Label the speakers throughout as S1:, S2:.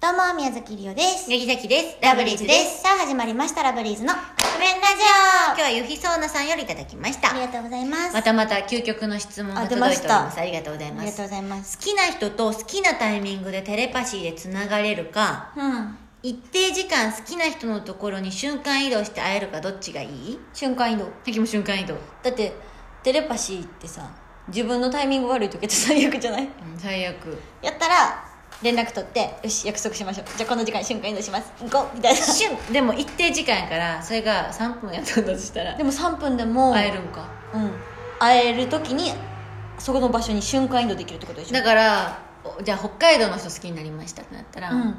S1: どうも、宮崎りおです。
S2: 柳崎です。
S1: ラ
S2: ラ
S1: ブ
S2: ブ
S1: リ
S2: リ
S1: ー
S2: ー
S1: ズ
S2: ズ
S1: で
S2: です。
S1: す。さあ、始まりました、ラブリーズの革面ラ
S2: 今
S1: ジ
S2: 日はゆひそうなさんよりいただきまし
S1: オあり
S2: た。
S1: がとうございます。
S2: またまた究極の質問
S1: あ
S2: が
S1: 出
S2: 届
S1: ま
S2: い
S1: して
S2: お
S1: た
S2: ります。ありがとうござい
S1: あ
S2: ま
S1: りが
S2: す。
S1: とうございます。
S2: 好きな人と好きなタイミングでテレパシーでつながれるか、
S1: うん。
S2: 一定時間好きな人のところに瞬間移動して会えるかどっちがいい
S3: 瞬間移動
S2: さっきも瞬間移動。
S3: だってテレパシーってさ自分のタイミング悪い時って 最悪じゃない
S2: うん最悪。
S3: やったら連絡取ってよし約束しましょうじゃあこの時間瞬間移動しますゴーみたいな
S2: 瞬、でも一定時間やから、それが3分やったんだとしたら
S3: で、も3分でも
S2: 会えるんか。
S3: うん、会える時にそこの場所に瞬間移動できるってことでしょ
S2: だから、おじゃあ北海道の人好きになりましたってなったら、
S3: うん
S2: ま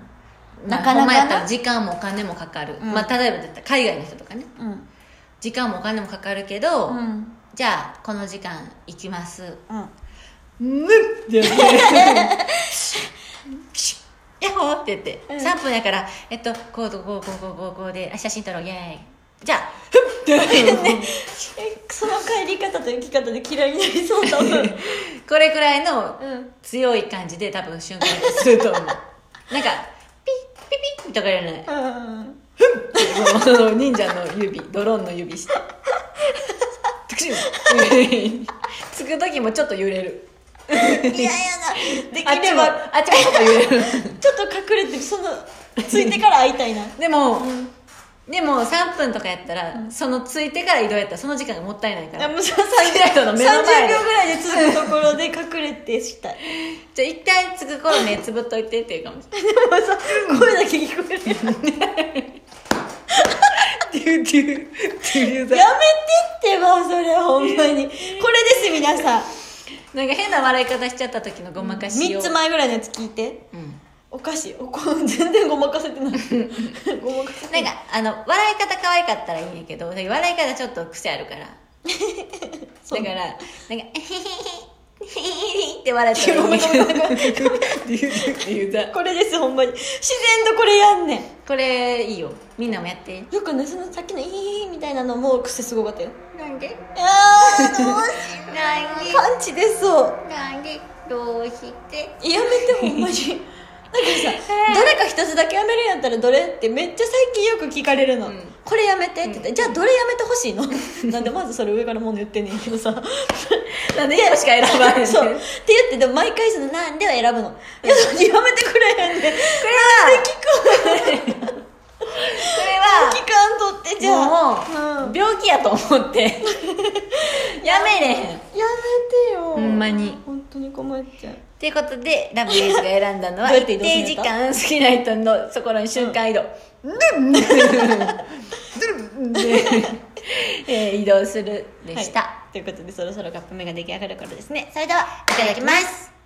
S2: あ
S3: なかなかな
S2: ほんまやったら時間もお金もかかる、
S3: うん
S2: まあ例えばだったら海外の人とかね
S3: うん
S2: 時間もお金もかかるけど、
S3: うん
S2: じゃあこの時間行きます
S3: うん
S2: ぬっってやって シュッヤッホーって言って、三3分やからえっとこうとこうこうこうこうこうであ写真撮ろうイェーイじゃあふっって
S3: えその帰り方と行き方で嫌いになりそう 多分
S2: これくらいの
S3: うん
S2: 強い感じで多分瞬間にすると思 うなんかピッピピッとかやらない
S3: うん
S2: この忍者の指ドローンの指してタクシーつく時もちょっと揺れる
S3: いやいやなで
S2: あっ
S3: き
S2: ち
S3: れ
S2: も
S3: ば
S2: あっちもちょっと揺れる
S3: ちょっと隠れてそのついてから会いたいな
S2: でも、でも3分とかやったら、そのついてから移動やったらその時間がもったいないか
S3: いや
S2: ら
S3: もうさ
S2: 好きな人の目の
S3: 30
S2: 前で
S3: 秒ぐらいで続くところで隠れてしたい
S2: じゃあ一回つく頃目つぶっといてっていうかもしれない
S3: でもさ声だけ聞こえるやんやめて
S2: デューデュー デューデュ
S3: っ
S2: ー
S3: てばそれほんまにこれです皆さん
S2: なんか変な笑い方しちゃった時のごまかしを
S3: 3つ前ぐらいのやつ聞いて
S2: うん
S3: おかしいおこ全然ごまかせてない ごまかせて
S2: なんかあの笑い方可愛かったらいいんやけど笑い方ちょっと癖あるからだからなんか「えへへへへへへへ」って笑ったらいいんやけど
S3: これですほんまに自然とこれやんねん
S2: これいいよみんなもやって
S3: よくねそのさっきの「いい」みたいなのも癖すごかったよ
S2: なんで
S3: あーどうしよ
S2: なん
S3: うパンチ出そう
S2: なんでどうして
S3: やめてほんま になんかさどれか一つだけやめるんやったらどれってめっちゃ最近よく聞かれるの、
S2: うん
S3: これやめてって言って、じゃあどれやめてほしいの なんでまずそれ上から物言ってんねんけど さなんでや
S2: しか選ばへん
S3: そうって言ってでも毎回そのなんでは選ぶの、いや やめてくれへんで、これ は聞こ
S2: それ
S3: え
S2: は
S3: 聞かんとってじゃあ
S2: も
S3: うん
S2: う病気やと思ってやめれへん
S3: やめ
S2: っ
S3: てよ
S2: ほんまに
S3: 本当に困っちゃう
S2: ていうことでラブレイズが選んだのは
S3: どうやって
S2: 一
S3: 移動する
S2: 定
S3: ん
S2: 時
S3: やった
S2: 間好きな人のところに瞬間移動、 えー移動するでした、
S3: はいということでそろそろカップ麺が出来上がる頃ですね
S1: それでは、いただきます。